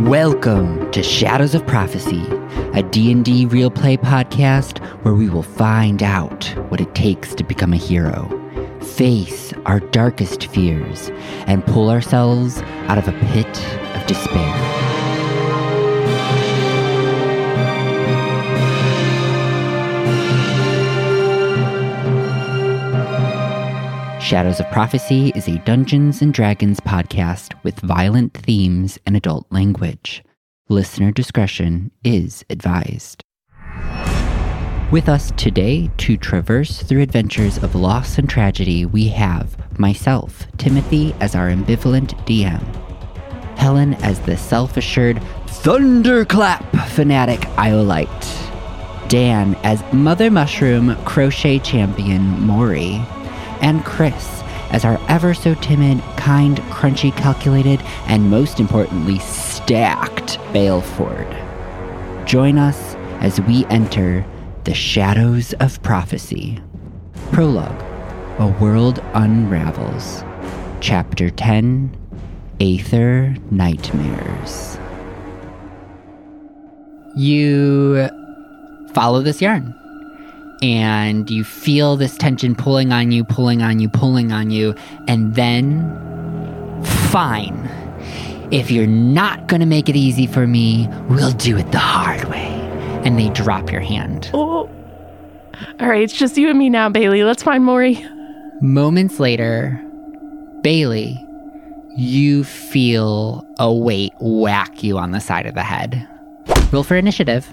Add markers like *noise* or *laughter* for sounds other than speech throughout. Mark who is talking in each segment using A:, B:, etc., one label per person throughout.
A: Welcome to Shadows of Prophecy, a D&D real play podcast where we will find out what it takes to become a hero, face our darkest fears, and pull ourselves out of a pit of despair. Shadows of Prophecy is a Dungeons and Dragons podcast with violent themes and adult language. Listener discretion is advised. With us today to traverse through adventures of loss and tragedy, we have myself, Timothy, as our ambivalent DM, Helen as the self assured thunderclap fanatic Iolite, Dan as Mother Mushroom crochet champion Mori, and Chris as our ever so timid, kind, crunchy, calculated, and most importantly, stacked Baleford. Join us as we enter the shadows of prophecy. Prologue A World Unravels. Chapter 10 Aether Nightmares. You follow this yarn and you feel this tension pulling on you, pulling on you, pulling on you, and then, fine. If you're not gonna make it easy for me, we'll do it the hard way. And they drop your hand.
B: Oh. All right, it's just you and me now, Bailey. Let's find Maury.
A: Moments later, Bailey, you feel a weight whack you on the side of the head. Roll for initiative.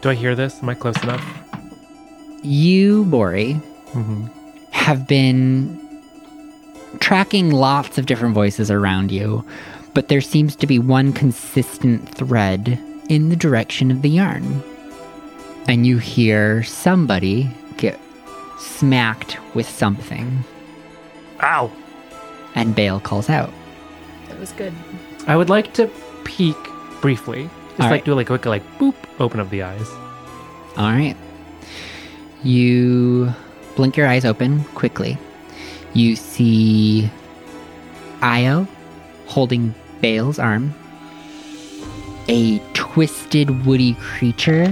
C: Do I hear this? Am I close enough?
A: You, Bori, have been tracking lots of different voices around you, but there seems to be one consistent thread in the direction of the yarn. And you hear somebody get smacked with something,
C: Ow!
A: and Bale calls out.
B: That was good.
C: I would like to peek briefly. Just
A: All
C: like
A: right.
C: do like a quick like boop, open up the eyes.
A: All right. You blink your eyes open quickly. You see Io holding Bale's arm. A twisted woody creature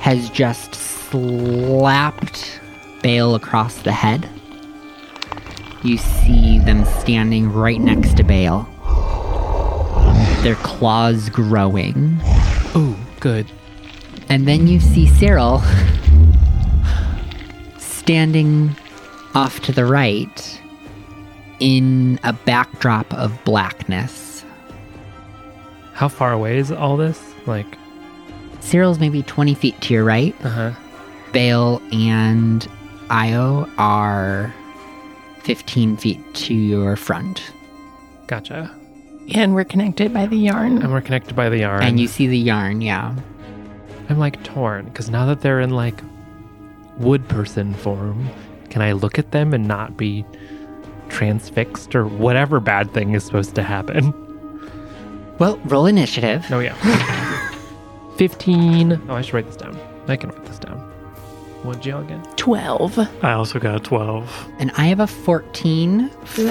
A: has just slapped Bale across the head. You see them standing right next to Bale. Their claws growing.
C: Ooh, good.
A: And then you see Cyril standing off to the right in a backdrop of blackness.
C: How far away is all this? Like,
A: Cyril's maybe 20 feet to your right.
C: uh huh.
A: Bale and Io are 15 feet to your front.
C: Gotcha.
B: And we're connected by the yarn.
C: And we're connected by the yarn.
A: And you see the yarn, yeah.
C: I'm like torn because now that they're in like wood person form, can I look at them and not be transfixed or whatever bad thing is supposed to happen?
A: Well, roll initiative.
C: Oh yeah. *laughs* Fifteen. Oh, I should write this down. I can write this down. What'd you all get?
B: 12. Does
D: I also got a 12.
A: And I have a 14 for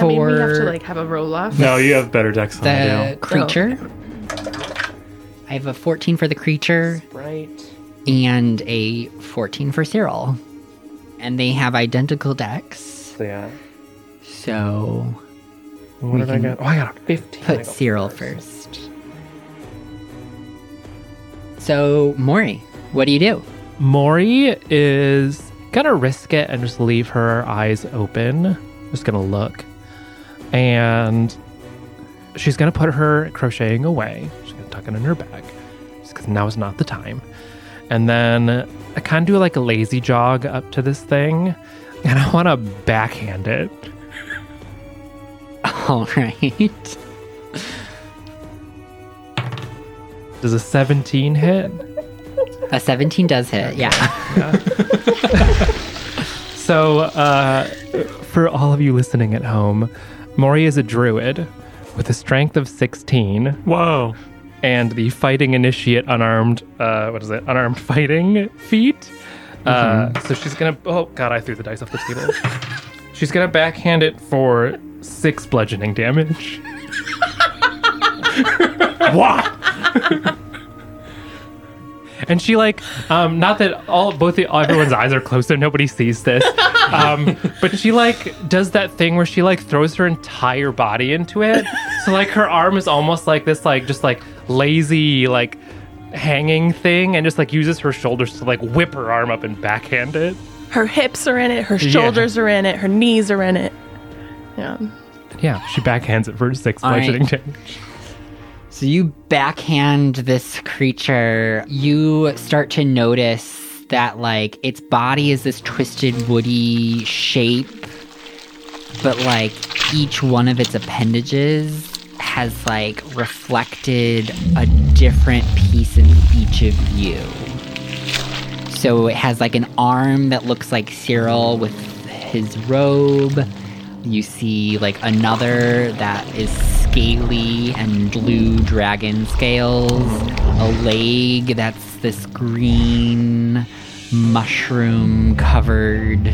B: have a roll off?
D: No, you have better decks than I
A: the
D: do.
A: creature. I have a 14 for the creature. And a 14 for Cyril. And they have identical decks.
C: Yeah.
A: So
C: What did I get? Oh, I got a fifteen.
A: put Cyril first. So, Maury, what do you do? *laughs*
C: Maury is gonna risk it and just leave her eyes open. Just gonna look. And she's gonna put her crocheting away. She's gonna tuck it in her bag. Just cause now is not the time. And then I kinda do like a lazy jog up to this thing. And I wanna backhand it.
A: All right.
C: Does a 17 hit?
A: A 17 does hit, yeah.
C: So, uh, for all of you listening at home, Mori is a druid with a strength of 16.
D: Whoa.
C: and the fighting initiate unarmed uh what is it unarmed fighting feat uh so she's gonna oh god i threw the dice off the table *laughs* she's gonna backhand it for six bludgeoning damage
D: Why?
C: And she like, um, not that all both the, everyone's eyes are closed, so nobody sees this. Um, but she like does that thing where she like throws her entire body into it. So like her arm is almost like this like just like lazy like hanging thing, and just like uses her shoulders to like whip her arm up and backhand it.
B: Her hips are in it. Her shoulders are in it. Her knees are in it. Yeah.
C: Yeah, she backhands it for six
A: All right.
C: bludgeoning damage.
A: So you backhand this creature. You start to notice that, like, its body is this twisted, woody shape, but, like, each one of its appendages has, like, reflected a different piece of each of you. So it has, like, an arm that looks like Cyril with his robe. You see, like, another that is scaly and blue dragon scales. A leg that's this green mushroom covered.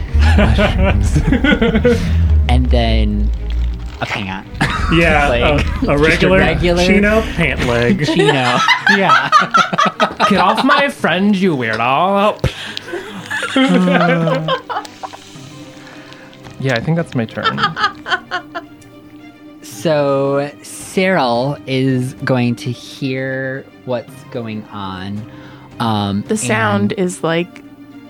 A: and then a pant. *laughs*
D: Yeah,
A: Like,
D: a, a regular,
A: regular-
D: chino pant leg.
A: Chino.
C: Yeah. Get off my friend, you weirdo. Uh. yeah, I think that's my turn.
A: So Cyril is going to hear what's going on. Um,
B: The sound is like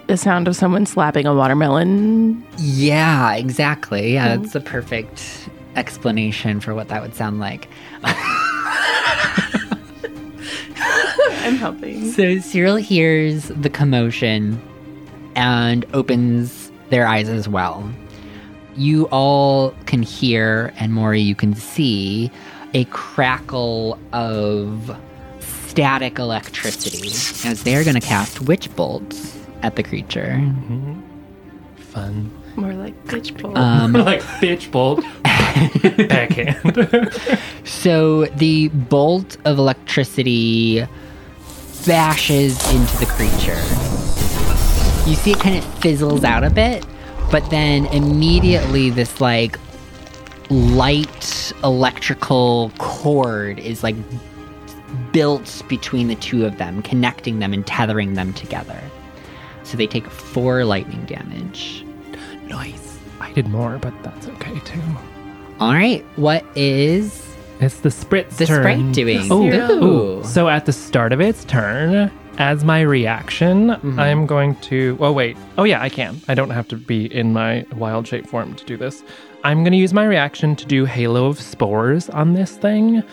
B: the sound of someone slapping a watermelon.
A: Yeah, exactly. Yeah,
B: Mm-hmm.
A: that's the perfect explanation for what that would sound like.
B: I'm helping.
A: So Cyril hears the commotion and opens their eyes as well. You all can hear, and Maury, you can see a crackle of static electricity as they're going to cast witch bolts at the creature.
C: Fun.
B: More like pitch bowl.
C: *laughs* like bitch bolt. Backhand.
A: So the bolt of electricity bashes into the creature. You see it kind of fizzles out a bit, but then immediately this like light electrical cord is like built between the two of them, connecting them and tethering them together. So they take four lightning damage.
C: *laughs* nice. I did more, but that's okay too.
A: All right, what is
C: It's the sprit's
A: the
C: turn.
A: sprite doing?
C: Oh,
B: Zero.
A: Ooh.
C: So at the start of its turn, as my reaction,
A: Mm-hmm.
C: I'm going to. Oh, wait. Oh, yeah, I can. I don't have to be in my wild shape form to do this. I'm going to use my reaction to do Halo of Spores on this thing.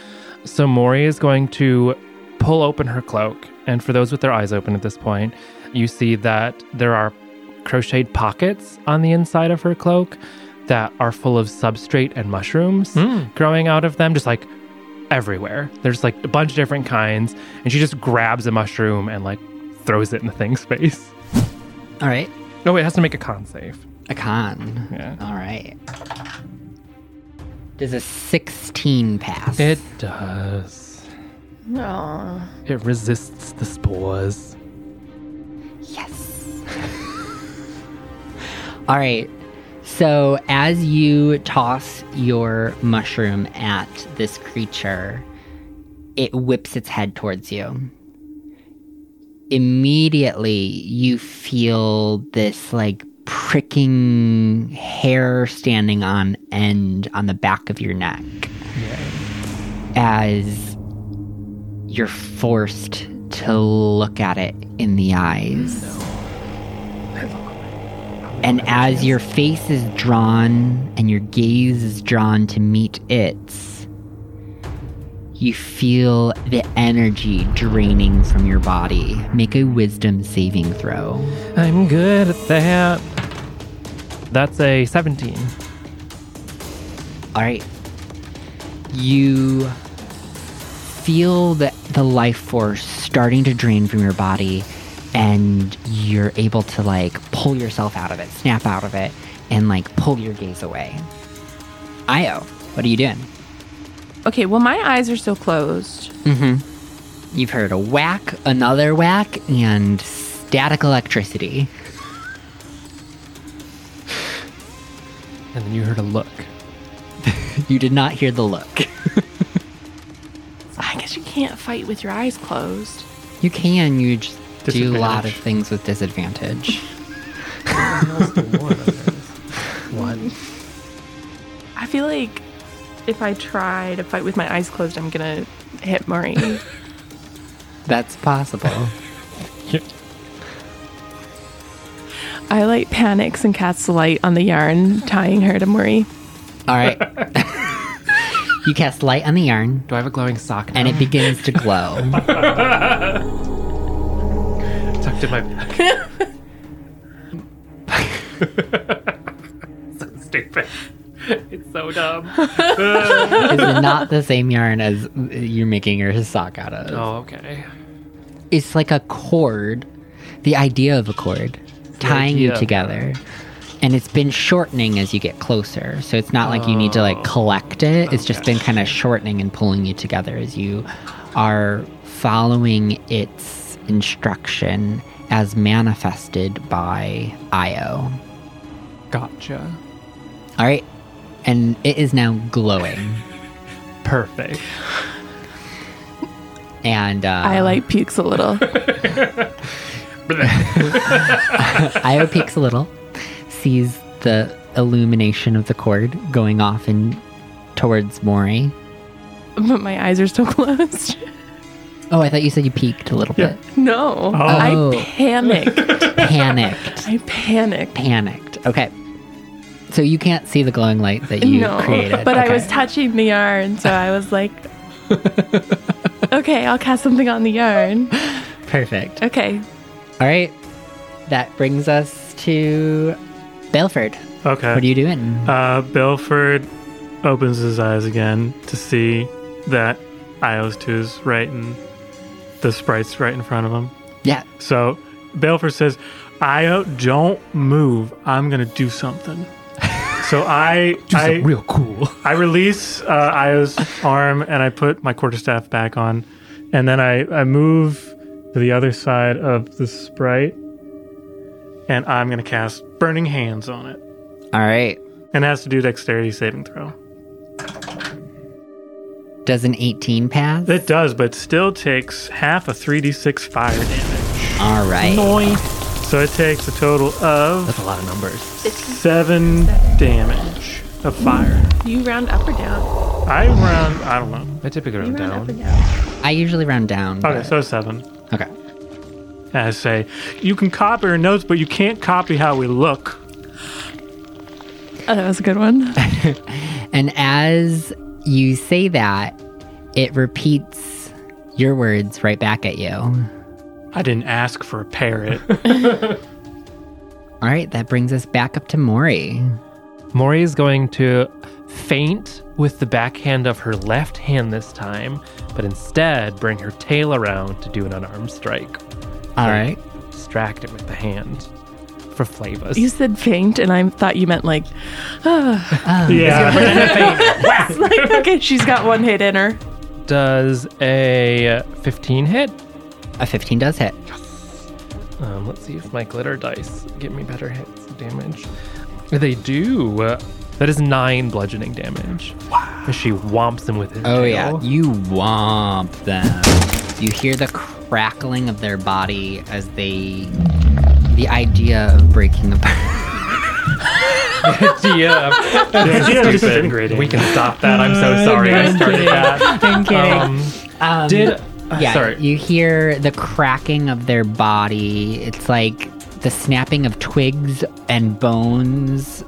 C: So Mori is going to pull open her cloak. And for those with their eyes open at this point, you see that there are crocheted pockets on the inside of her cloak that are full of substrate and mushrooms growing out of them, just like everywhere. There's like a bunch of different kinds, and she just grabs a mushroom and like throws it in the thing's *laughs* face.
A: All right.
C: No, Oh, it has to make a con save.
A: A con.
C: Yeah.
A: All right. Does a 16 pass?
C: It does.
B: Aw.
C: It resists the spores.
A: Yes. *laughs* All right. So as you toss your mushroom at this creature, it whips its head towards you. Immediately, you feel this like pricking hair standing on end on the back of your neck as you're forced to look at it in the eyes. And as your face is drawn and your gaze is drawn to meet its, you feel the energy draining from your body. Make a wisdom saving throw.
C: I'm good at that. That's a 17.
A: All right. You feel the, the life force starting to drain from your body, and you're able to like pull yourself out of it, snap out of it, and like pull your gaze away. Io, what are you doing?
B: Okay, well, my eyes are still closed.
A: You've heard a whack, another whack, and static electricity.
C: And then you heard a look.
A: You did not hear the look.
B: I guess you can't fight with your eyes closed.
A: *laughs* You can. You just do a lot of things
C: Disadvantage.
A: with disadvantage.
C: One.
B: I feel like if I try to fight with my eyes closed, I'm gonna hit Murray. *laughs*
A: That's possible.
B: I like panics and casts light on the yarn, tying her to Murray.
A: All right. *laughs* you cast light on the yarn,
C: Do I have a glowing sock now?
A: and it begins to glow.
C: tucked
A: *laughs*
C: in my back. *laughs*
D: That's stupid.
C: it's so dumb.
A: It's not the same yarn as you're making your sock out of.
C: Oh, okay.
A: It's like a cord, the idea of a cord, tying you
C: idea.
A: together. And it's been shortening as you get closer. So it's not like you need to like collect it. It's just been kind of shortening and pulling you together as you are following its instruction as manifested by Io.
C: Gotcha.
A: All right. And it is now glowing.
C: Perfect.
A: And uh,
B: I like pukes a *laughs* little.
C: *laughs*
A: Io peeks a little, sees the illumination of the cord going off and towards Mori.
B: but my eyes are still closed.
A: Oh, I thought you said you peeked a little
B: *laughs* No,
A: Oh.
B: I panicked.
A: bit.
B: *laughs*
A: Panicked.
B: I panicked.
A: Panicked. Okay. So you can't see the glowing light that you
B: No,
A: created.
B: but I
A: Okay.
B: was touching the yarn, so I was *laughs* like, "Okay, I'll cast something on the yarn."
A: perfect.
B: Okay,
A: All right. That brings us to Belford.
D: Okay.
A: What are you doing?
D: Uh, Belford opens his eyes again to see that Io's two is right and the sprite's right in front of him.
A: yeah.
D: So Belford says, Io, don't move. I'm going to do something.
A: *laughs*
D: So I, I,
C: real cool.
D: I release uh, Io's arm and I put my quarterstaff back on. And then I, I move to the other side of the sprite. And I'm going to cast Burning Hands on it.
A: All right.
D: And it has to do dexterity saving throw.
A: Does an 18 pass?
D: It does, but still takes half a 3d6 fire damage.
A: All right.
D: So it takes a total of
C: That's a lot of numbers.
D: seven damage of fire.
B: you round up or down?
D: I round, I don't know.
C: I typically run down.
A: I usually round down.
D: Okay,
A: but-
D: so seven.
A: okay.
D: And I say, you can copy our notes, but you can't copy how we look.
B: Oh, that was a good one.
A: And as you say that, it repeats your words right back at you. All
D: I didn't ask for
C: *laughs*
D: a parrot.
A: right, that brings us back up to Mori.
C: Mori is going to feint with the backhand of her left hand this time, but instead bring her tail around to do an unarmed strike.
A: All right.
C: Distract it with the hand for flavors.
B: You said faint, and I thought you meant like,
D: yeah.
B: it's like okay, she's got one hit in her.
C: Does a 15 hit?
A: A 15 does hit.
C: Um, let's see if my glitter dice give me better hits and damage. They do. That is nine bludgeoning damage. Wow. she whomps him with his
A: Oh,
C: tail.
A: yeah. You womp them. You hear the crackling of their body as they. The idea of breaking apart.
C: *laughs* yeah.
D: The idea of disintegrating.
C: we can stop that. I'm so sorry. I started that.
A: I'm kidding.
C: Um,
A: *laughs* Um,
C: did uh,
A: yeah,
C: sorry.
A: you hear the cracking of their body. It's like the snapping of twigs and bones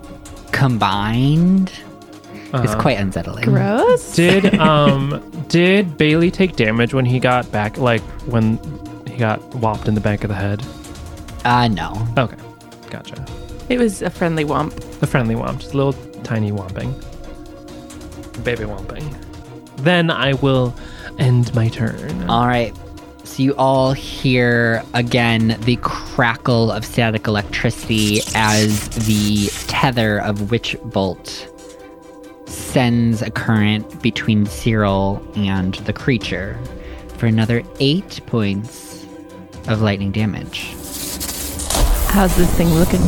A: combined. It's quite unsettling.
B: Gross.
C: did um did Bailey take damage when he got back? Like when he got whopped in the back of the head?
A: Uh, no.
C: Okay, gotcha.
B: It was a friendly womp.
C: The friendly womp, just a little tiny womping. Baby womping. Then I will end my turn.
A: All right. So you all hear again the crackle of static electricity as the tether of Witch Bolt sends a current between Cyril and the creature for another eight points of lightning damage.
B: How's this thing looking?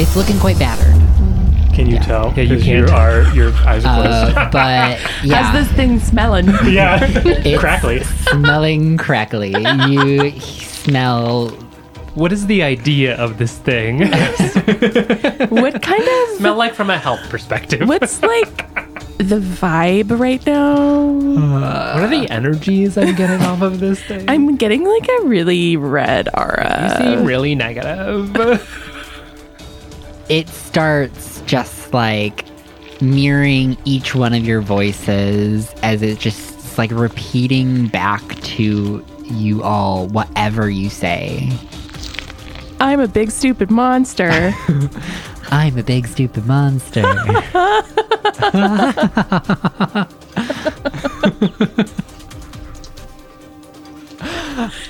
A: It's looking quite battered.
D: Can you
A: Yeah.
D: tell?
C: Yeah, you
D: 'Cause
C: can't.
D: are your eyes are closed.
A: Uh, but yeah,
B: How's this thing smelling?
C: Uh,
D: *laughs* yeah,
A: It's-
D: crackly.
A: smelling crackly. You smell
C: What is the idea of this thing?
B: *laughs* *laughs*
C: *laughs*
B: what kind of
C: Smell like from a health perspective.
B: what's like the vibe right now?
C: What are the energies I'm getting off of this thing?
B: I'm uh, getting like a really red
C: You
B: aura.
C: seem
B: *laughs*
C: really negative.
A: it starts just like mirroring each one of your voices as it just it's like repeating back to you all whatever you say.
B: I'm a big stupid *laughs* monster.
A: I'm a big stupid monster.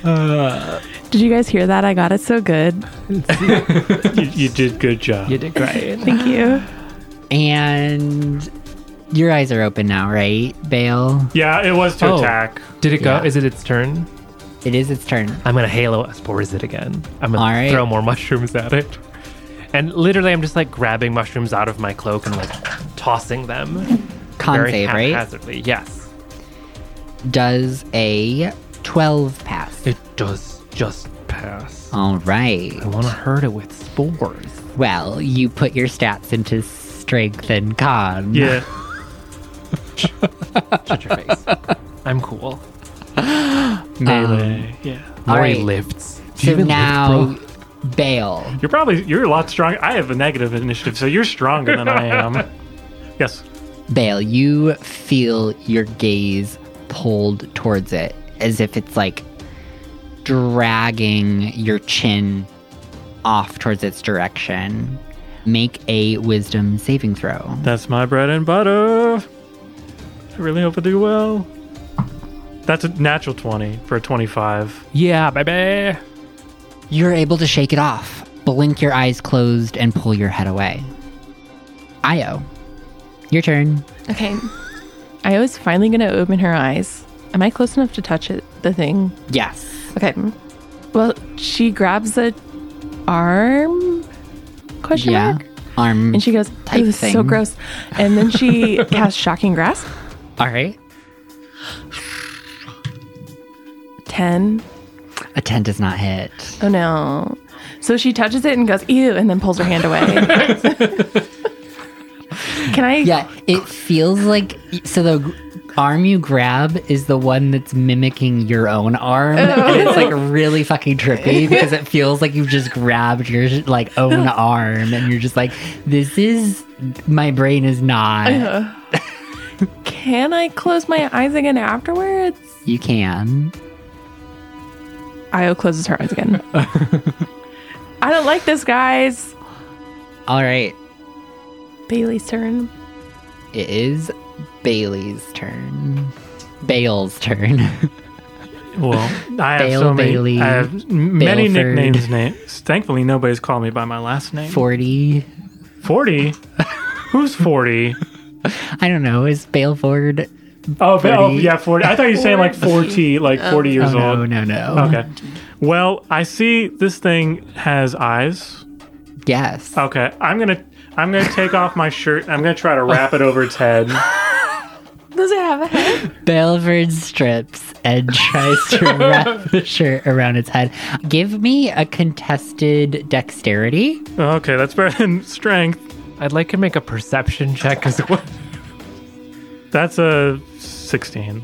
B: Did you guys hear that? I got it so good.
D: You, you did good job.
C: you did great.
B: Thank you.
A: *laughs* and your eyes are open now, right, Bale?
D: Yeah, it was to
C: Oh.
D: attack.
C: Did it go?
A: Yeah.
C: Is it its turn?
A: It is its turn.
C: I'm gonna halo espores it again. I'm gonna
A: All right.
C: throw more mushrooms at it. And literally, I'm just like grabbing mushrooms out of my cloak and like tossing them.
A: Con
C: very
A: save, right?
C: haphazardly. Yes.
A: Does a 12 pass.
C: It does just pass.
A: All right.
C: Oh, I want to hurt it with spores.
A: Well, you put your stats into strength and con.
D: Yeah,
C: Shut your face. I'm cool.
D: melee. yeah,
A: All
C: Lori
A: right.
C: lifts. Do you
A: So
C: even lift,
A: now,
C: bro?
A: Bale.
D: you're probably you're a lot stronger. I have a negative initiative, so you're stronger than I am.
A: *laughs*
D: Yes.
A: Bale, you feel your gaze pulled towards it as if it's like dragging your chin off towards its direction. Make a wisdom saving throw.
D: That's my bread and butter. I really hope I do well. That's a natural 20 for a 25.
C: yeah, baby.
A: You're able to shake it off, blink your eyes closed, and pull your head away. Io, your turn.
B: *gasps* Okay. I was finally going to open her eyes. Am I close enough to touch it, the thing?
A: Yes.
B: Okay. Well, she grabs the arm question
A: Yeah.
B: mark
A: Arm.
B: and she goes,
A: Type
B: "Oh, this is so
A: thing.
B: gross." And then
A: *laughs*
B: she casts shocking grasp.
A: All right.
B: 10.
A: A 10 does not hit.
B: Oh no. So she touches it and goes, "Ew," and then pulls her
A: *laughs*
B: hand away. Can I
A: Yeah, it feels like so the g- arm you grab is the one that's mimicking your own arm. And it's like really fucking trippy because it feels like you've just grabbed your like own arm and you're just like this is my brain is not.
B: Can I close my eyes again afterwards?
A: You can.
B: Io closes her eyes
A: *laughs*
B: again. I don't like this, guys.
A: All right.
B: Bailey's turn.
A: It is Bailey's turn. Bale's turn. *laughs*
D: Well, I have
A: Bale
D: so many.
A: Bailey,
D: I have m- many
A: Baleford.
D: nicknames. Na- Thankfully, nobody's called me by my last name.
A: 40.
D: 40?
A: *laughs*
D: Who's 40?
A: I don't know. Is Bale Ford?
D: Oh, ba- oh,
A: 40.
D: yeah, 40. I thought you were saying like 40, like 40 years
A: Oh, no,
D: old.
A: no, no.
D: Okay. Well, I see this thing has eyes.
A: Yes.
D: Okay, I'm gonna I'm gonna take off my shirt. I'm gonna try to wrap it over its head.
B: Does it have a head?
A: Belford strips and tries to wrap the shirt around its head. Give me a contested dexterity.
D: Okay, that's better than *laughs* strength.
C: I'd like to make a perception check as well. *laughs*
D: That's a 16.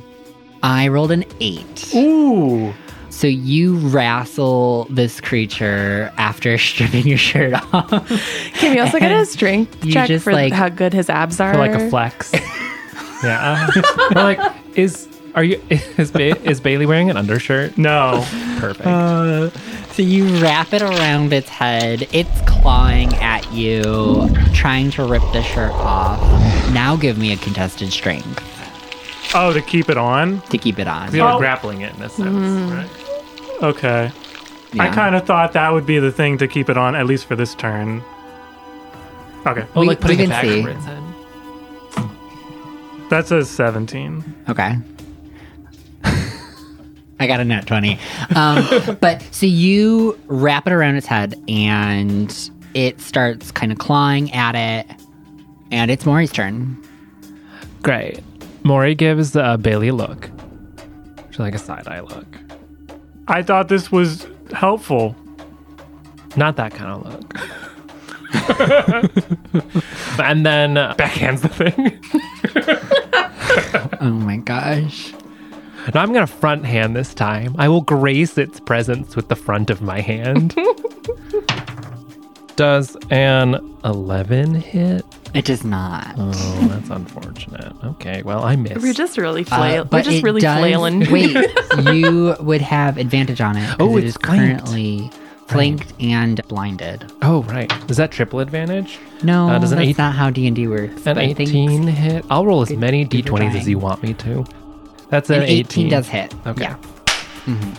A: I rolled an eight.
D: Ooh.
A: So you wrestle this creature after *laughs* stripping your shirt off.
B: Can we also
A: *laughs*
B: get a strength
A: You
B: check
A: just,
B: for
A: like-
B: how good his abs are?
C: For like a flex. yeah. Or like, is are you is ba- is Bailey wearing an undershirt?
D: No.
C: Perfect.
A: Uh, so you wrap it around its head. It's clawing at you, trying to rip the shirt off. Now give me a contested strength
D: Oh, to keep it on?
A: to keep it on.
C: we are
D: Oh.
C: grappling it in a sense,
A: Mm-hmm.
C: right?
D: Okay. I
A: Yeah.
D: kind of thought that would be the thing to keep it on, at least for this turn. Okay.
C: Oh,
A: We-
C: like
A: we
C: putting
A: can
C: it back
A: see.
C: over its head.
D: That's a 17.
A: Okay. *laughs* I got a net 20. Um, *laughs* but so you wrap it around its head and it starts kind of clawing at it. And it's Maury's turn.
C: Great. Maury gives uh, Bailey a look. She's like a side eye look.
D: I thought this was helpful.
C: Not that kind of look. *laughs* and then uh, backhands the *laughs* thing.
A: Oh my gosh.
C: And I'm going to front hand this time. I will grace its presence with the front of my hand. *laughs* Does an 11 hit?
A: It does not.
C: Oh, that's unfortunate. Okay, well, I missed.
B: We're just really
A: Uh,
B: flail. We're just
A: it
B: really
A: does-
B: flailing.
A: *laughs* Wait, you would have advantage on it. 'cause
C: Oh,
A: it
C: it's
A: is
C: flanked.
A: currently flanked and blinded.
C: oh, right. Is that triple advantage?
A: No,
C: Uh, does an
A: that's
C: eight-
A: not how D and D works.
C: An
A: but I think
C: 18 hit? I'll roll as many
A: good
C: d20s as
A: trying.
C: you want me to. That's an,
A: An 18. does hit.
C: Okay. Mm-hmm.
A: Yeah.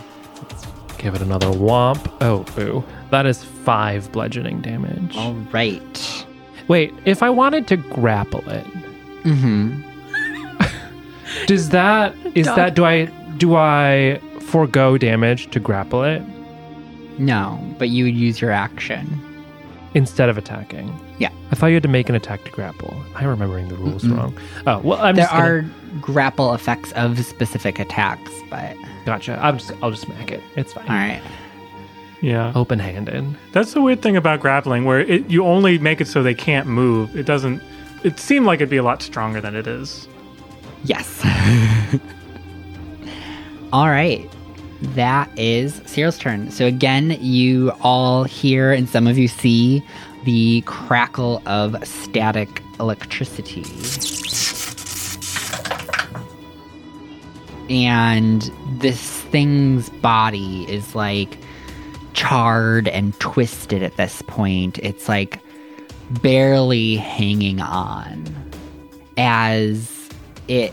C: Give it another womp. Oh, boo. Oh. That is five bludgeoning damage.
A: All right.
C: Wait, if I wanted to grapple it,
A: Mm-hmm.
C: *laughs* does that is
B: Dog.
C: that do I do I forego damage to grapple it
A: No, but you would use your action.
C: instead of attacking?
A: Yeah.
C: I thought you had to make an attack to grapple. I'm remembering the rules wrong. Oh well, I'm
A: there
C: just gonna-
A: are grapple effects of specific attacks, but
C: gotcha. I'm just I'll just smack it. It's fine.
A: all right.
D: Yeah.
C: Open handed. *laughs*
D: That's the weird thing about grappling, where it, you only make it so they can't move. It doesn't. It seemed like it'd be a lot stronger than it is.
A: Yes. *laughs* all right. That is Cyril's turn. So again, you all hear and some of you see the crackle of static electricity. And this thing's body is like charred and twisted at this point. It's like barely hanging on as it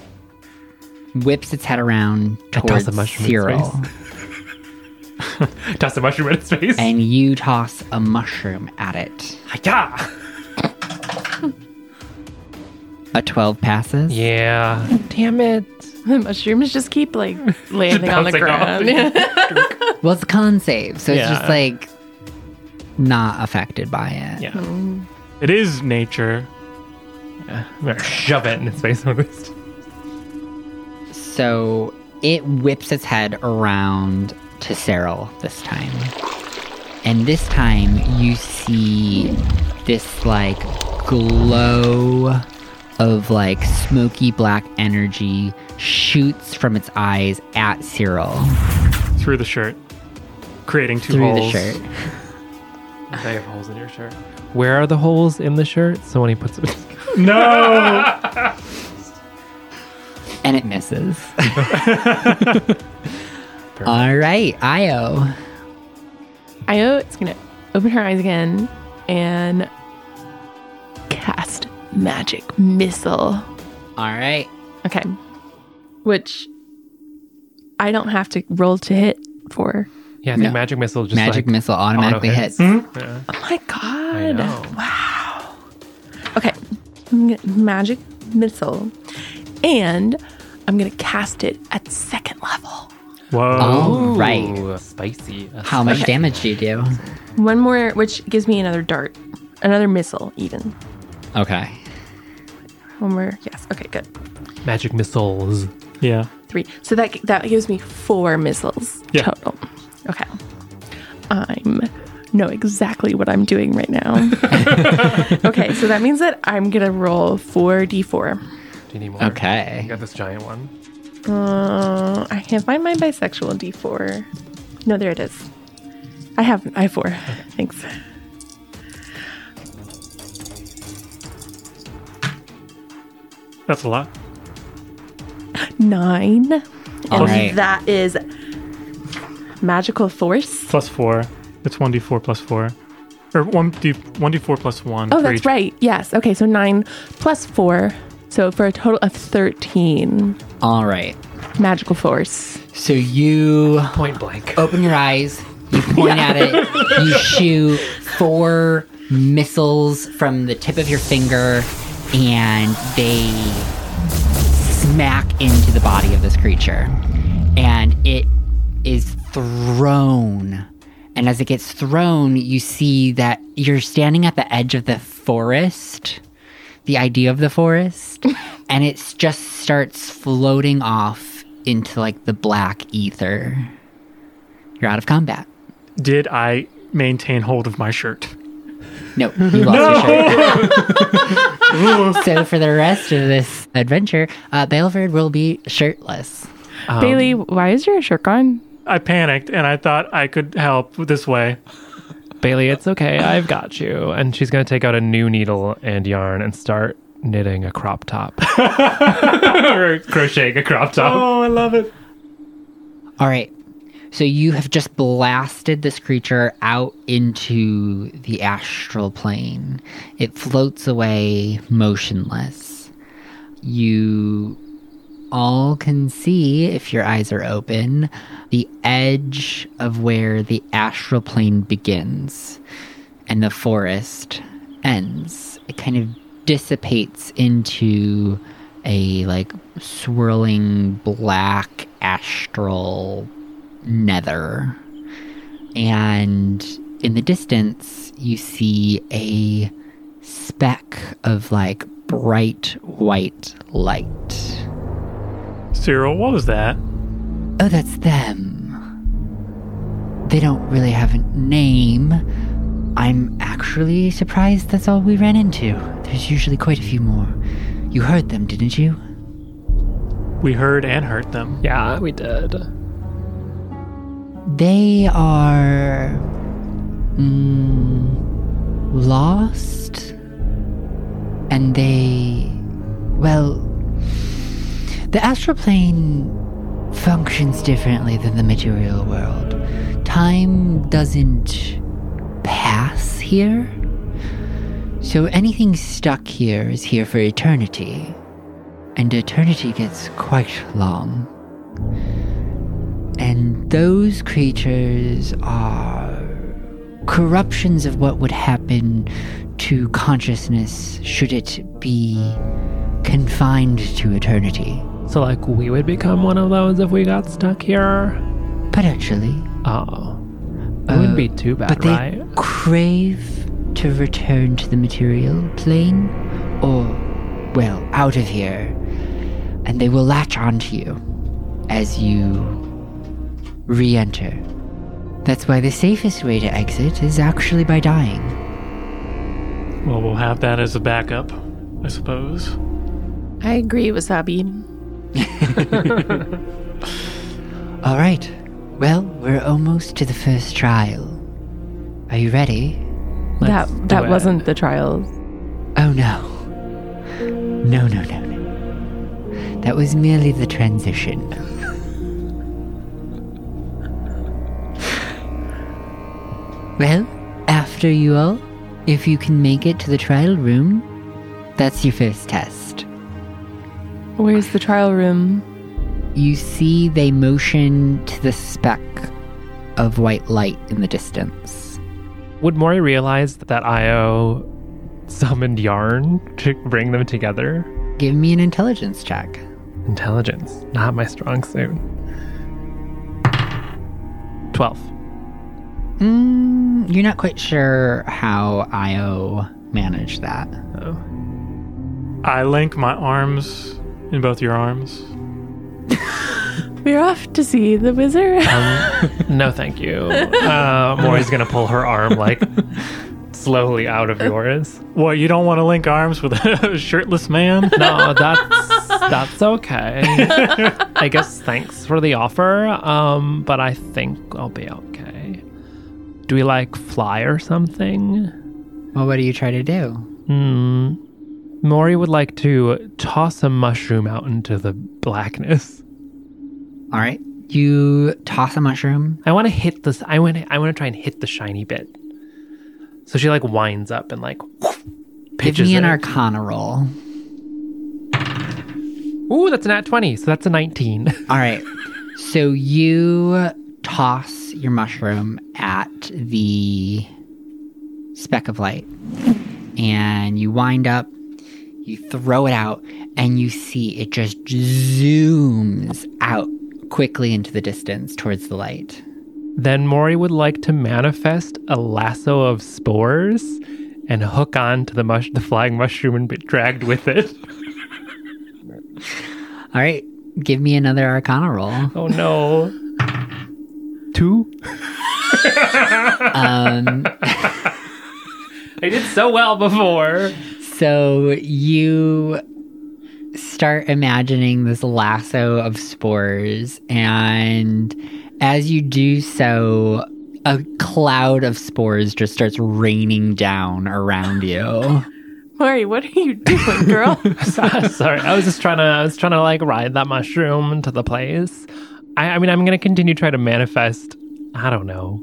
A: whips its head around
C: toss
A: towards
C: a mushroom in
A: Cyril,
C: space. Toss a mushroom in its face.
A: and you toss a mushroom at it.
C: yeah.
A: A twelve passes.
C: *laughs* Yeah.
A: Oh,
C: Damn it.
B: *laughs* The mushrooms just keep like
A: *laughs*
B: landing on the
C: Bouncing off.
B: ground. Yeah.
A: Well, it's a con save, so it's just
C: Yeah.
A: like not affected by it.
C: *laughs*
B: *laughs*
C: Yeah.
D: It is nature.
C: I'm gonna shove it in its face one of these.
A: So it whips its head around to Cyril this time. And this time you see this like glow of like smoky black energy shoots from its eyes at Cyril
D: Through the shirt, creating two
A: through
D: holes.
A: the shirt.
C: They have holes in your shirt. Where are the holes in the shirt? So when he puts it,
D: No.
A: And it misses. *laughs* All right, Io.
B: Io is gonna open her eyes again and cast magic missile.
A: All right.
B: Okay. Which I don't have to roll to hit for.
C: yeah, I think
A: No.
C: magic missile just
A: Magic
C: like,
A: missile automatically
C: auto-hits.
A: hits.
B: Oh my
C: I
B: god.
C: know.
B: Okay. I'm gonna magic missile. And I'm gonna cast it at second level.
C: Oh.
D: Whoa.
A: All Oh, right.
C: Ooh, spicy.
A: How *laughs* much damage do you do?
B: One more, which gives me another dart, another missile, even.
A: Okay.
B: One more. Yes. Okay. Good.
C: Magic missiles.
D: Yeah.
B: Three. So that that gives me four missiles
D: Yeah.
B: total. Okay. I'm know exactly what I'm doing right *laughs* now. okay. So that means that I'm gonna roll four d4.
C: Do you need more? You
A: Okay.
C: got this giant one.
B: Uh, I can't find my bisexual d4. No, there it is. I have I have four. Thanks.
D: That's a lot.
B: Nine. And
A: All right.
B: that is magical force.
D: Plus four. It's one d four plus four, or one d one d four plus one.
B: Oh,
D: for
B: that's
D: each.
B: right. Yes. Okay. So nine plus four. So for a total of 13
A: All right.
B: magical force.
A: So you
C: Point blank.
A: open your eyes, you point at it, you shoot four missiles from the tip of your finger, and they smack into the body of this creature. And it is thrown. And as it gets thrown, you see that you're standing at the edge of the forest. the idea of the forest, and it just starts floating off into like the black ether. You're out of combat.
D: Did I maintain hold of my shirt?
A: No, you lost your shirt. so for the rest of this adventure, uh, Baleford will be shirtless.
C: Um,
B: Bailey, why is your shirt gone?
D: I panicked and I thought I could help this way.
C: Bailey, it's okay. I've got you. And she's going to take out a new needle and yarn and start knitting a crop *laughs* top. or crocheting a crop top.
D: I love it.
A: All right. So you have just blasted this creature out into the astral plane. It floats away motionless. You all can see, if your eyes are open, the edge of where the astral plane begins and the forest ends. It kind of dissipates into a like swirling black astral nether. And in the distance, you see a speck of like bright white light.
D: Cyril, what was that?
A: Oh, that's them. They don't really have a name. I'm actually surprised that's all we ran into. There's usually quite a few more. You heard them, didn't you?
D: We heard and hurt them.
C: Yeah, we did.
A: They are. mm, lost? And they. Well. The astral plane functions differently than the material world. Time doesn't pass here. So anything stuck here is here for eternity. And eternity gets quite long. And those creatures are corruptions of what would happen to consciousness should it be confined to eternity.
C: So, like, we would become one of those if we got stuck here?
A: Potentially.
C: Oh. That wouldn't be too bad,
A: But they
C: right?
A: crave to return to the material plane or, well, out of here. And they will latch onto you as you re enter. That's why the safest way to exit is actually by dying.
D: Well, we'll have that as a backup, I suppose.
B: I agree, Wasabi.
A: All right. Well, we're almost to the first trial. Are you ready?
C: Let's do
B: that that
C: it.
B: wasn't the trials.
A: Oh no. No, no, no, no. That was merely the transition. well, after you all, if you can make it to the trial room, that's your first test.
B: Where's the trial room?
A: You see they motion to the speck of white light in the distance.
C: Would Mori realize that Io summoned yarn to bring them together?
A: Give me an intelligence check.
C: Intelligence, not my strong suit. 12.
A: Mm, you're not quite sure how Io managed that.
C: Oh.
D: I link my arms in both your arms.
B: We're off to see the wizard.
C: Um, No, thank you. Uh, Mori's gonna pull her arm like *laughs* slowly out of yours.
D: What, you don't want to link arms with a *laughs* shirtless man?
C: No, Oh, that's that's okay. I guess thanks for the offer, um, but I think I'll be okay. Do we like fly or something?
A: Well, what do you try to do?
C: Hmm. Mori would like to toss a mushroom out into the blackness.
A: All right. You toss a mushroom.
C: I want to hit this. I want. I want to try and hit the shiny bit. So she like winds up and like
A: Give
C: pitches
A: me
C: it.
A: an arcana roll.
C: Ooh, that's an at twenty. So that's a nineteen.
A: All right. So you toss your mushroom at the speck of light and you wind up, you throw it out, and you see it just zooms out quickly into the distance towards the light.
C: then Mori would like to manifest a lasso of spores and hook on to the mush, the flying mushroom, and be dragged with it.
A: All right, give me another Arcana roll.
C: *laughs* Oh no! Two.
A: Um,
C: I did so well *laughs* before.
A: so you start imagining this lasso of spores, and as you do so, a cloud of spores just starts raining down around you.
B: *laughs* Mari, what are you doing,
C: *laughs*
B: girl?
C: Sorry, I was just trying to. I was trying to like ride that mushroom into the place. I, I mean, I'm gonna continue trying to manifest. I don't know,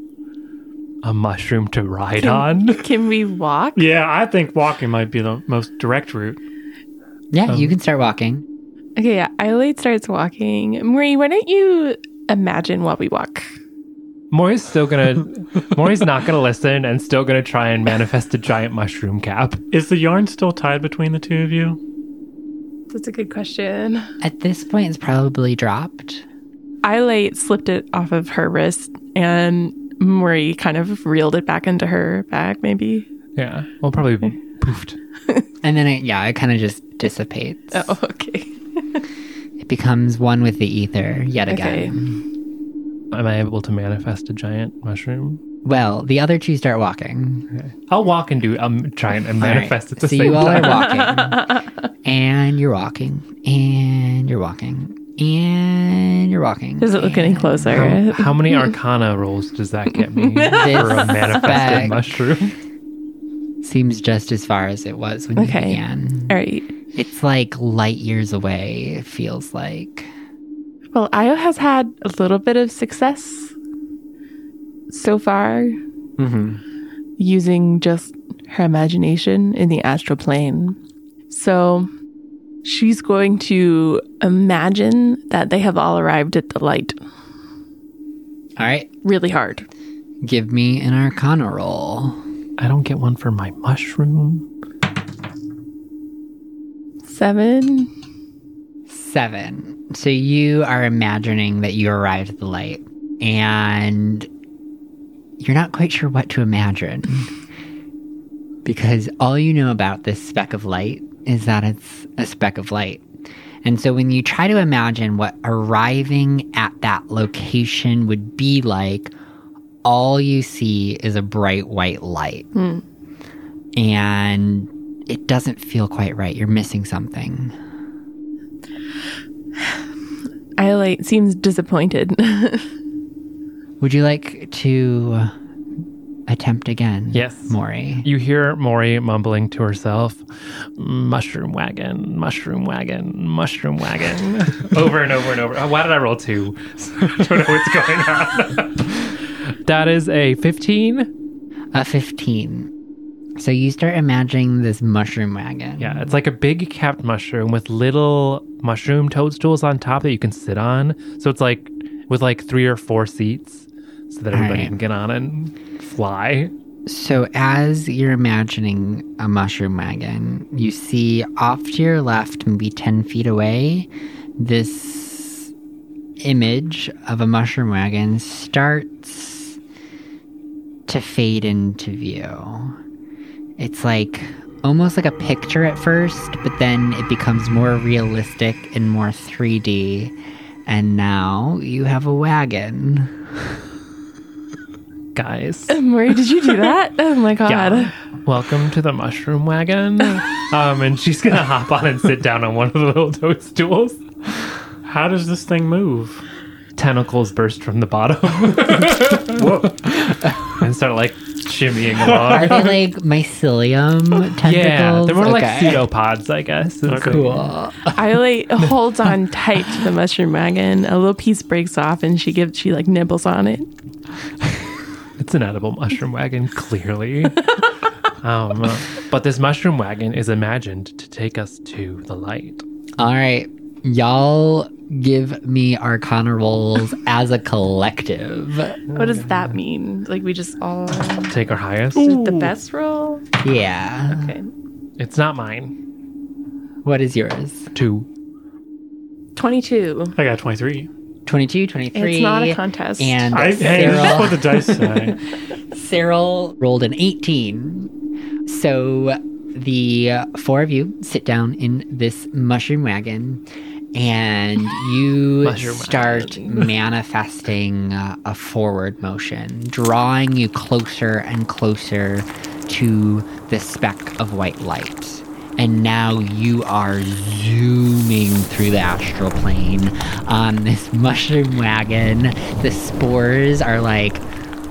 C: a mushroom to ride on.
B: Can we walk?
D: Yeah, I think walking might be the most direct route.
A: Yeah, you can start walking.
B: Okay, yeah. Iolate starts walking. Marie, why don't you imagine while we walk?
C: Maury's still *laughs* gonna. Maury's not gonna listen, and still gonna try and manifest a giant mushroom cap.
D: Is the yarn still tied between the two of you?
B: That's a good question.
A: At this point, it's probably dropped.
B: Iolate slipped it off of her wrist and Marie kind of reeled it back into her bag, maybe.
C: Yeah, well, probably poofed.
A: And then, it, yeah, it kind of just dissipates.
B: Oh, okay.
A: It becomes one with the ether yet
B: Okay.
A: again.
C: Am I able to manifest a giant mushroom?
A: Well, the other two start walking.
C: I'll walk and do um giant and
A: All right.
C: manifest at the
A: so
C: same
A: you all
C: time.
A: are walking,
C: *laughs*
A: and you're walking, and you're walking, and you're walking.
B: Does it look any closer?
C: How, how many arcana rolls does that get *laughs* me for a manifested
A: back.
C: mushroom?
A: Seems just as far as it was when
B: Okay.
A: you began.
B: All right.
A: It's like light years away. It feels like.
B: Well, Io has had a little bit of success so far
D: Mm-hmm.
B: using just her imagination in the astral plane. So she's going to imagine that they have all arrived at the light
A: All right,
B: really hard.
A: give me an Arcana roll.
C: I don't get one for my mushroom.
B: Seven.
A: Seven. So you are imagining that you arrived at the light and you're not quite sure what to imagine *laughs* because all you know about this speck of light is that it's a speck of light. And so when you try to imagine what arriving at that location would be like, all you see is a bright white light. And it doesn't feel quite right. You're missing something.
B: Iolate seems disappointed. *laughs*
A: Would you like to uh, attempt again?
C: Yes.
A: Maury.
C: You hear Maury mumbling to herself, "Mushroom wagon, mushroom wagon, mushroom wagon," *laughs* over and over and over. Uh, Why did I roll two? *laughs* I don't know what's going on. *laughs* that is a fifteen.
A: A 15. So you start imagining this mushroom wagon.
C: Yeah, it's like a big capped mushroom with little mushroom toadstools on top that you can sit on. So it's like with like three or four seats, so that everybody
A: right.
C: can get on and fly.
A: So as you're imagining a mushroom wagon, you see off to your left, maybe 10 feet away, this image of a mushroom wagon starts to fade into view. It's like almost like a picture at first, but then it becomes more realistic and more 3D. And now you have a wagon.
C: *laughs* Guys.
B: Marie, did you do that? Oh my god.
C: Yeah. *laughs* Welcome to the mushroom
A: *laughs*
C: wagon. um, and she's gonna hop on and sit down on one of the little toadstools.
D: How does this thing move?
C: Tentacles burst from
A: *laughs*
C: the bottom. And start like shimmying along.
A: Are they like mycelium tentacles?
C: yeah, they're more like
A: Okay.
C: pseudopods, I guess. It's like-
A: Cool.
B: Iolate holds on tight to the mushroom wagon. A little piece breaks off and she gives she like nibbles on it.
C: It's an edible mushroom wagon, clearly. *laughs* um, but this mushroom wagon is imagined to take us to the light.
A: All right. Y'all give me arcana rolls as a collective.
B: What does that mean? Like we just all
C: Take our highest.
B: the best roll?
A: Yeah.
B: Okay.
C: It's not mine.
A: What is yours?
C: Two.
B: Twenty two.
D: I got 23.
A: 22, 23.
B: It's not a contest.
A: And *laughs*
D: I, hey, this is
A: Cyril,
D: what the dice say.
A: Cyril rolled an 18. So the four of you sit down in this mushroom wagon and you
C: Mushroom
A: start manifesting uh, a forward motion, drawing you closer and closer to the speck of white light. And now you are zooming through the astral plane on this *laughs* mushroom wagon. The spores are like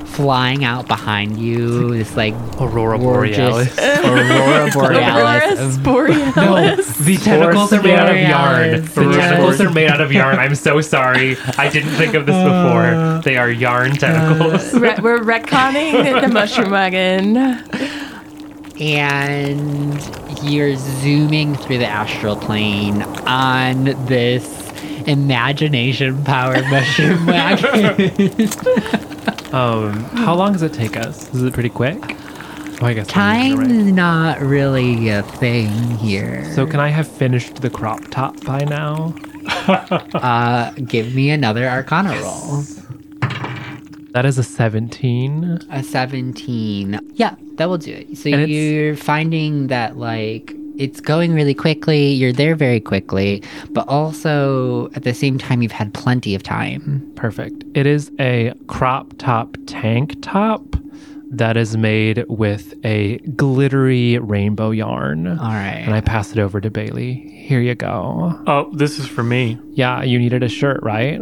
A: flying out behind you. This like
C: Aurora
A: gorgeous
C: Borealis. *laughs*
A: *laughs* Aurora Borealis
B: Aurora Borealis.
C: Oh, The tentacles are made out of yarn.
A: Borealis.
C: The
A: Yeah.
C: tentacles are Uh, made out of yarn. I'm so sorry. I didn't think of this before. They are yarn
B: *laughs*
C: tentacles.
B: Re- we're retconning the mushroom wagon.
A: and you're zooming through the astral plane on this imagination
C: *laughs*
A: powered mushroom wagon.
C: Um, *laughs* how long does it take us? Is it pretty quick? Oh, I guess I'm
A: Time
C: doing it
A: is not really a thing here.
C: right. So can I have finished the crop top by now?
A: uh, give me another arcana roll.
C: That is a 17.
A: A 17. Yeah, that will do it. So
C: And it's-
A: you're finding that, like, it's going really quickly. You're there very quickly, but also at the same time, you've had plenty of
C: *laughs*
A: time.
C: Perfect. It is a crop top tank top that is made with a glittery rainbow yarn.
A: All right.
C: And I pass it over to Bailey. Here you go.
D: Oh, this is for me.
C: Yeah, you needed a shirt, right?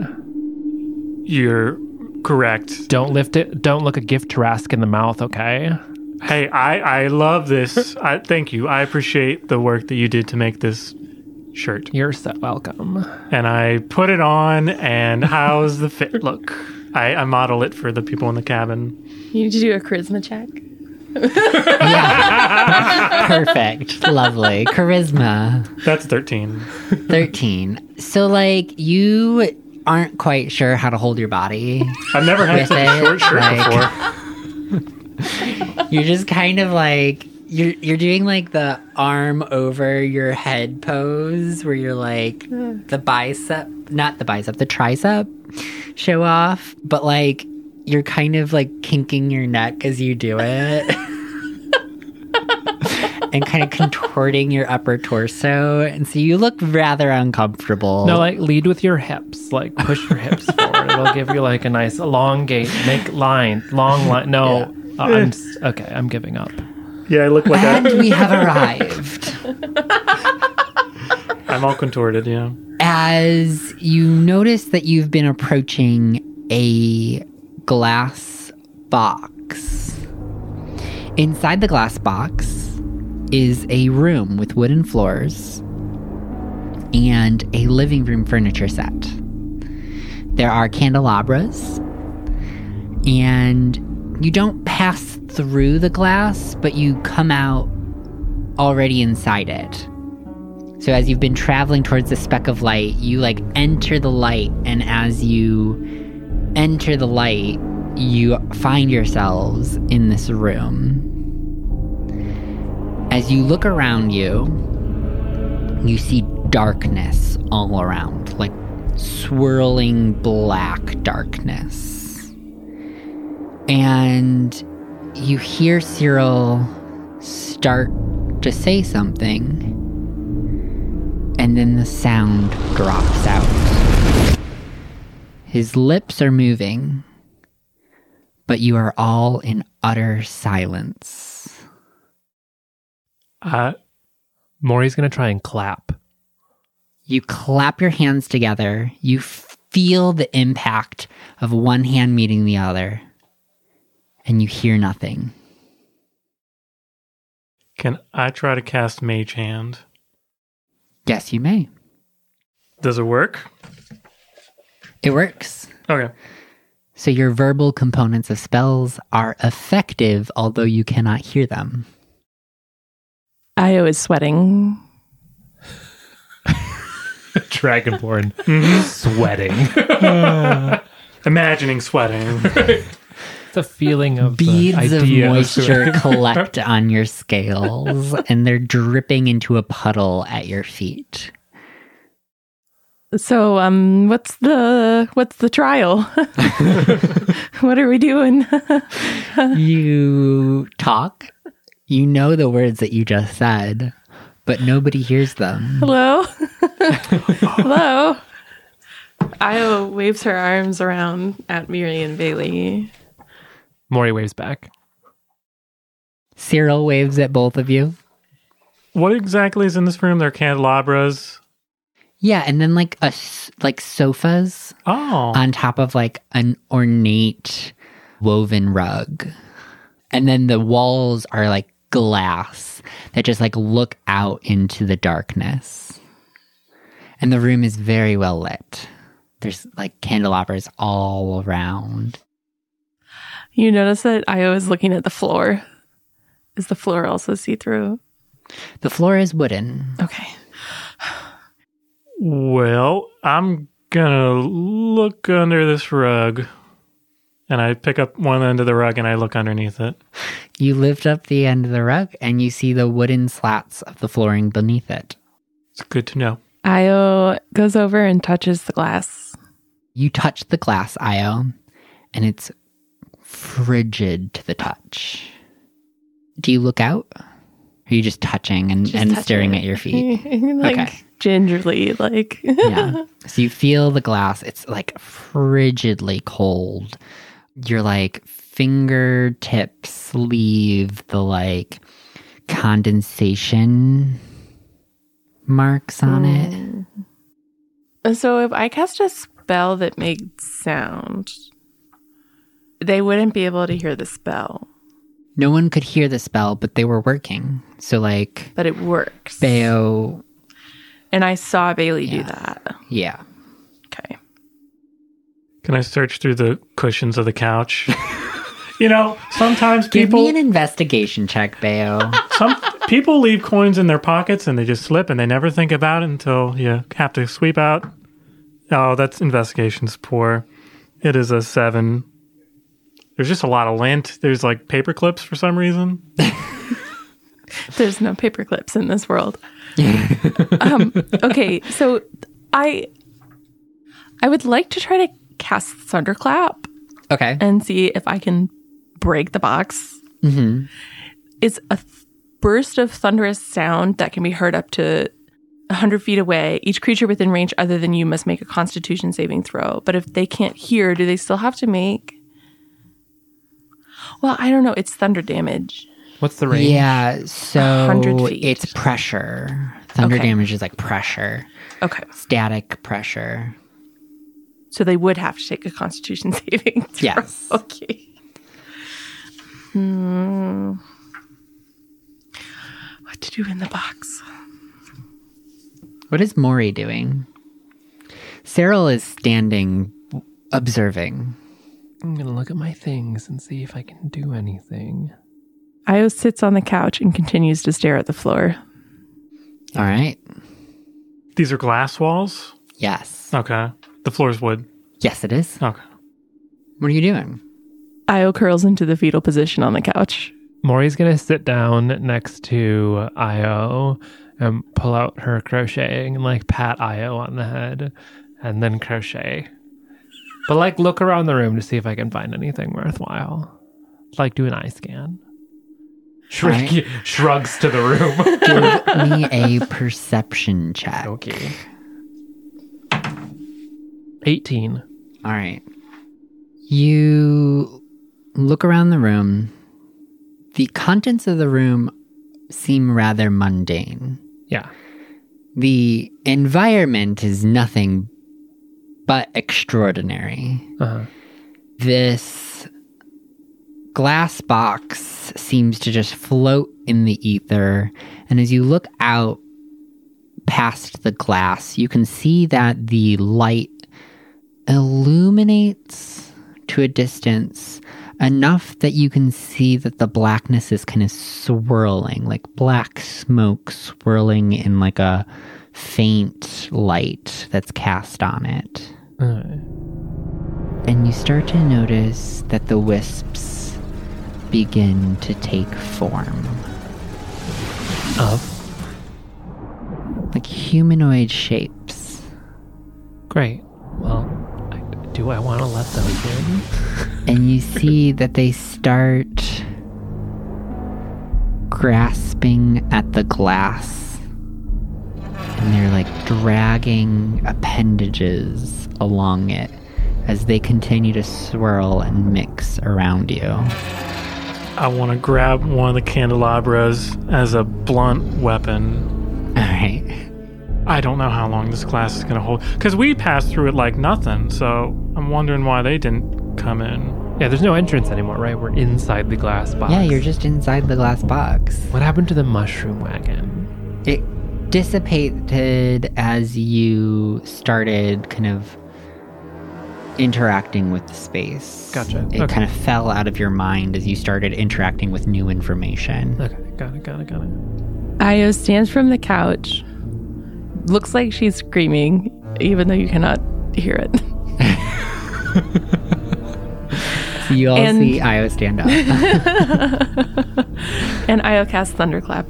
D: You're correct.
C: Don't lift it. Don't look a gift Trask in the mouth, okay?
D: Hey, I, I love this. I, thank you. I appreciate the work that you did to make this shirt.
C: You're so welcome.
D: And I put it on, and how's the fit look? I, I model it for the people in the cabin.
B: You need to do a charisma check.
A: Perfect. Lovely. Charisma.
D: That's 13.
A: 13. So, like, you aren't quite sure how to hold your body.
D: I've never had
A: With
D: such a
A: it,
D: short shirt
A: like- *laughs*
D: before.
A: You're just kind of like. You're, you're doing like the arm over your head pose where you're like the bicep, not the bicep, the tricep show off, but like you're kind of like kinking your neck as you do it. *laughs* and kind of contorting your upper torso. And so you look rather uncomfortable.
C: No, like lead with your hips. Like push
A: *laughs*
C: your hips forward. It'll give you like a nice elongate, make line, long line. No, uh, I'm s- okay. I'm giving up.
D: Yeah, I look like
A: and
D: I,
A: we have arrived.
D: I'm all contorted, yeah.
A: As you notice that you've been approaching a glass box. Inside the glass box is a room with wooden floors and a living room furniture set. There are candelabras, and you don't pass through the glass, but you come out already inside it. So as you've been traveling towards the speck of light, you like enter the light, and as you enter the light, you find yourselves in this room. As you look around you, you see darkness all around, like swirling black darkness. And you hear Cyril start to say something and then the sound drops out. His lips are moving, but you are all in utter silence.
C: Uh, Maury's gonna try and clap.
A: You clap your hands together. You feel the impact of one hand meeting the other, and you hear nothing.
D: Can I try to cast Mage Hand?
A: Yes, you may.
D: Does it work?
A: It works.
D: Okay.
A: So your verbal components of spells are effective, although you cannot hear them.
B: Io is sweating.
C: *laughs* Dragonborn sweating.
D: Imagining sweating. *laughs*
C: the feeling of uh, the
A: beads of
C: idea
A: moisture collect on your scales and they're dripping into a puddle at your feet.
B: So, um, what's the what's the trial? *laughs* what are we doing?
A: You talk, You know the words that you just said, but nobody hears them.
B: *laughs* Hello? *laughs* Hello? Io waves her arms around at Miri and Bailey.
C: Maury waves back.
A: Cyril waves at both of you.
D: What exactly is in this room? There are candelabras.
A: Yeah, and then like us like sofas
D: Oh,
A: on top of like an ornate woven rug. And then the walls are like glass that just like look out into the darkness. And the room is very well lit. There's like candelabras all around.
B: You notice that Io is looking at the floor. Is the floor also see through?
A: The floor is wooden.
B: Okay.
D: well, I'm gonna look under this rug, and I pick up one end of the rug and I look underneath it.
A: You lift up the end of the rug and you see the wooden slats of the flooring beneath it.
D: It's good to know.
B: Io goes over and touches the glass.
A: You touch the glass, Io, and it's frigid to the touch. Do you look out? Or are you just touching and, and staring *laughs* at your feet?
B: *laughs* like
A: Okay.
B: gingerly, like *laughs*
A: yeah. So you feel the glass. It's like frigidly cold. Your like fingertips leave the like condensation marks on it.
B: So if I cast a spell that made sound, they wouldn't be able to hear the spell,
A: No one could hear the spell, but they were working. So like
B: but it works.
A: Bao,
B: And I saw Bailey do
A: Yeah.
B: that.
A: yeah.
B: Okay.
D: Can I search through the cushions of the couch?
A: *laughs*
D: you know, sometimes
A: Give
D: people
A: me an investigation check, Bao.
D: some people leave coins in their pockets and they just slip and they never think about it until you have to sweep out. Oh, that's investigation's poor. It is a seven. There's just a lot of lint. There's like paper clips for some reason.
B: There's no paper clips in this world. um, okay, so I I would like to try to cast thunderclap
A: okay.
B: and see if I can break the box.
A: hmm
B: It's a th- burst of thunderous sound that can be heard up to 100 feet away. Each creature within range other than you must make a constitution saving throw. But if they can't hear, do they still have to make? Well, I don't know. It's thunder damage.
C: What's the range?
A: Yeah. So
B: 100 feet.
A: it's pressure. Thunder
B: Okay.
A: damage is like pressure,
B: Okay.
A: static pressure.
B: So they would have to take a constitution *laughs* saving throw.
A: Yes.
B: Okay. Hmm. What to do in the box?
A: What is Maury doing? Cyril is standing, observing.
C: I'm gonna look at my things and see if I can do anything.
B: Io sits on the couch and continues to stare at the floor.
A: All right.
D: These are glass walls.
A: Yes.
D: Okay. The floor's wood.
A: Yes, it is.
D: Okay.
A: What are you doing?
B: Io curls into the fetal position on the couch.
C: Maury's gonna sit down next to Io and pull out her crocheting and like pat Io on the head and then crochet. But like look around the room to see if I can find anything worthwhile. Like do an eye scan. Shrug,
A: Alright.
C: *laughs* Shrugs to the room.
A: Give me a perception check.
C: okay. 18.
A: All right. You look around the room. The contents of the room seem rather mundane.
C: Yeah.
A: The environment is nothing but extraordinary.
C: Uh-huh.
A: This glass box seems to just float in the ether. And as you look out past the glass, you can see that the light illuminates to a distance enough that you can see that the blackness is kind of swirling, like black smoke swirling in like a faint light that's cast on it
C: Alright.
A: and you start to notice that the wisps begin to take form.
C: Of.
A: Like humanoid shapes.
C: Great. Well, I, do I want to let those in?
A: And you see that they start grasping at the glass and they're like dragging appendages along it as they continue to swirl and mix around you. *laughs*
D: I want to grab one of the candelabras as a blunt weapon.
A: All right.
D: I don't know how long this glass is going to hold because we passed through it like nothing. So I'm wondering why they didn't come in.
C: Yeah, there's no entrance anymore, right? We're inside the glass box.
A: Yeah, you're just inside the glass box.
C: What happened to the mushroom wagon?
A: It dissipated as you started kind of interacting with the space.
C: Gotcha.
A: It
C: Okay.
A: kind of fell out of your mind as you started interacting with new information.
C: Okay, got it, got it, got it.
B: Io stands from the couch, looks like she's screaming, even though you cannot hear it. *laughs*
A: *laughs* So you all
B: And-
A: see Io stand up. *laughs*
B: And Io casts Thunderclap.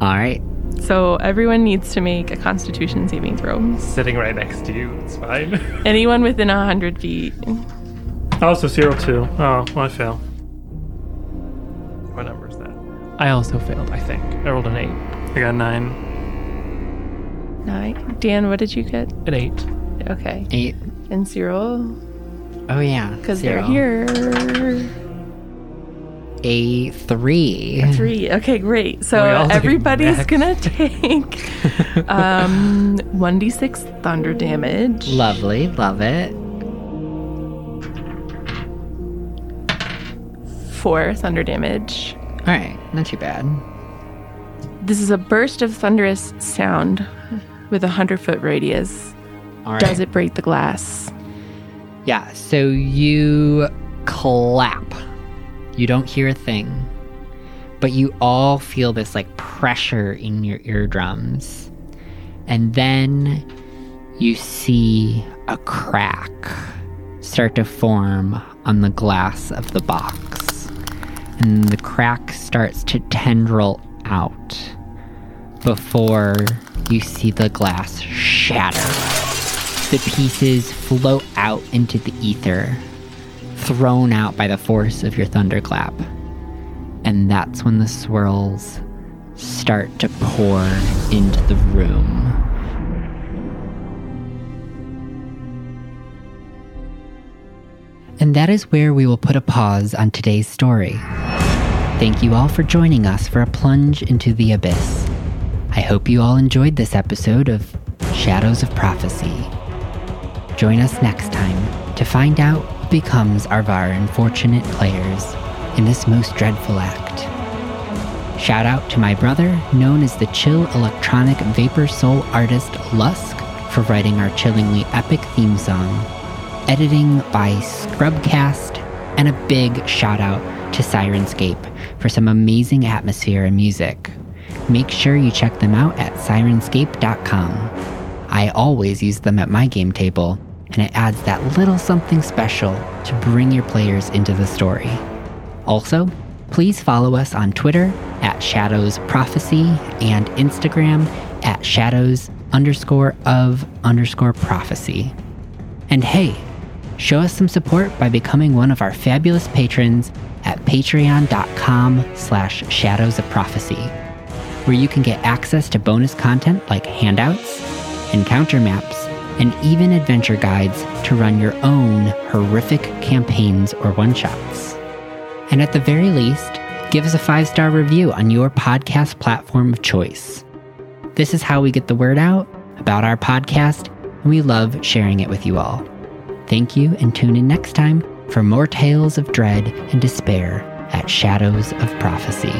A: all right.
B: So everyone needs to make a Constitution saving throw.
C: Sitting right next to you, it's fine. *laughs*
B: Anyone within hundred feet.
D: Oh, so zero two. Oh, well, I fail.
C: what number is that? I also failed, I think. I rolled an eight.
D: I got nine.
B: Nine. Dan, what did you get?
C: An eight.
B: Okay.
A: Eight.
B: And Cyril,
A: Oh, yeah.
B: because they're
A: Zero.
B: here.
A: A three.
B: Three. Okay,
C: *laughs*
B: great. So
C: We all take
B: everybody's
C: max.
B: gonna
C: *laughs*
B: take um, 1d6 thunder damage.
A: Lovely. Love it.
B: Four thunder damage.
A: All right. Not too bad.
B: This is a burst of thunderous sound with a 100 foot radius.
A: All right.
B: Does it break the glass?
A: Yeah, so you clap. You don't hear a thing. But you all feel this like pressure in your eardrums. And then you see a crack start to form on the glass of the box. And the crack starts to tendril out before you see the glass shatter. The pieces float out into the ether, thrown out by the force of your thunderclap. And that's when the swirls start to pour into the room. And that is where we will put a pause on today's story. Thank you all for joining us for a plunge into the abyss. I hope you all enjoyed this episode of Shadows of Prophecy. Join us next time to find out who becomes of our unfortunate players in this most dreadful act. Shout out to my brother, known as the chill electronic vapor soul artist Lusk, for writing our chillingly epic theme song, editing by Scrubcast, and a big shout out to Sirenscape for some amazing atmosphere and music. Make sure you check them out at sirenscape.com. I always use them at my game table, and it adds that little something special to bring your players into the story. Also, please follow us on Twitter at Shadows Prophecy and Instagram at Shadows underscore of underscore prophecy. And hey, show us some support by becoming one of our fabulous patrons at patreon.com slash shadows of prophecy where you can get access to bonus content like handouts, encounter maps, and even adventure guides to run your own horrific campaigns or one shots. And at the very least, give us a five star review on your podcast platform of choice. This is how we get the word out about our podcast, and we love sharing it with you all. Thank you, and tune in next time for more tales of dread and despair at Shadows of Prophecy.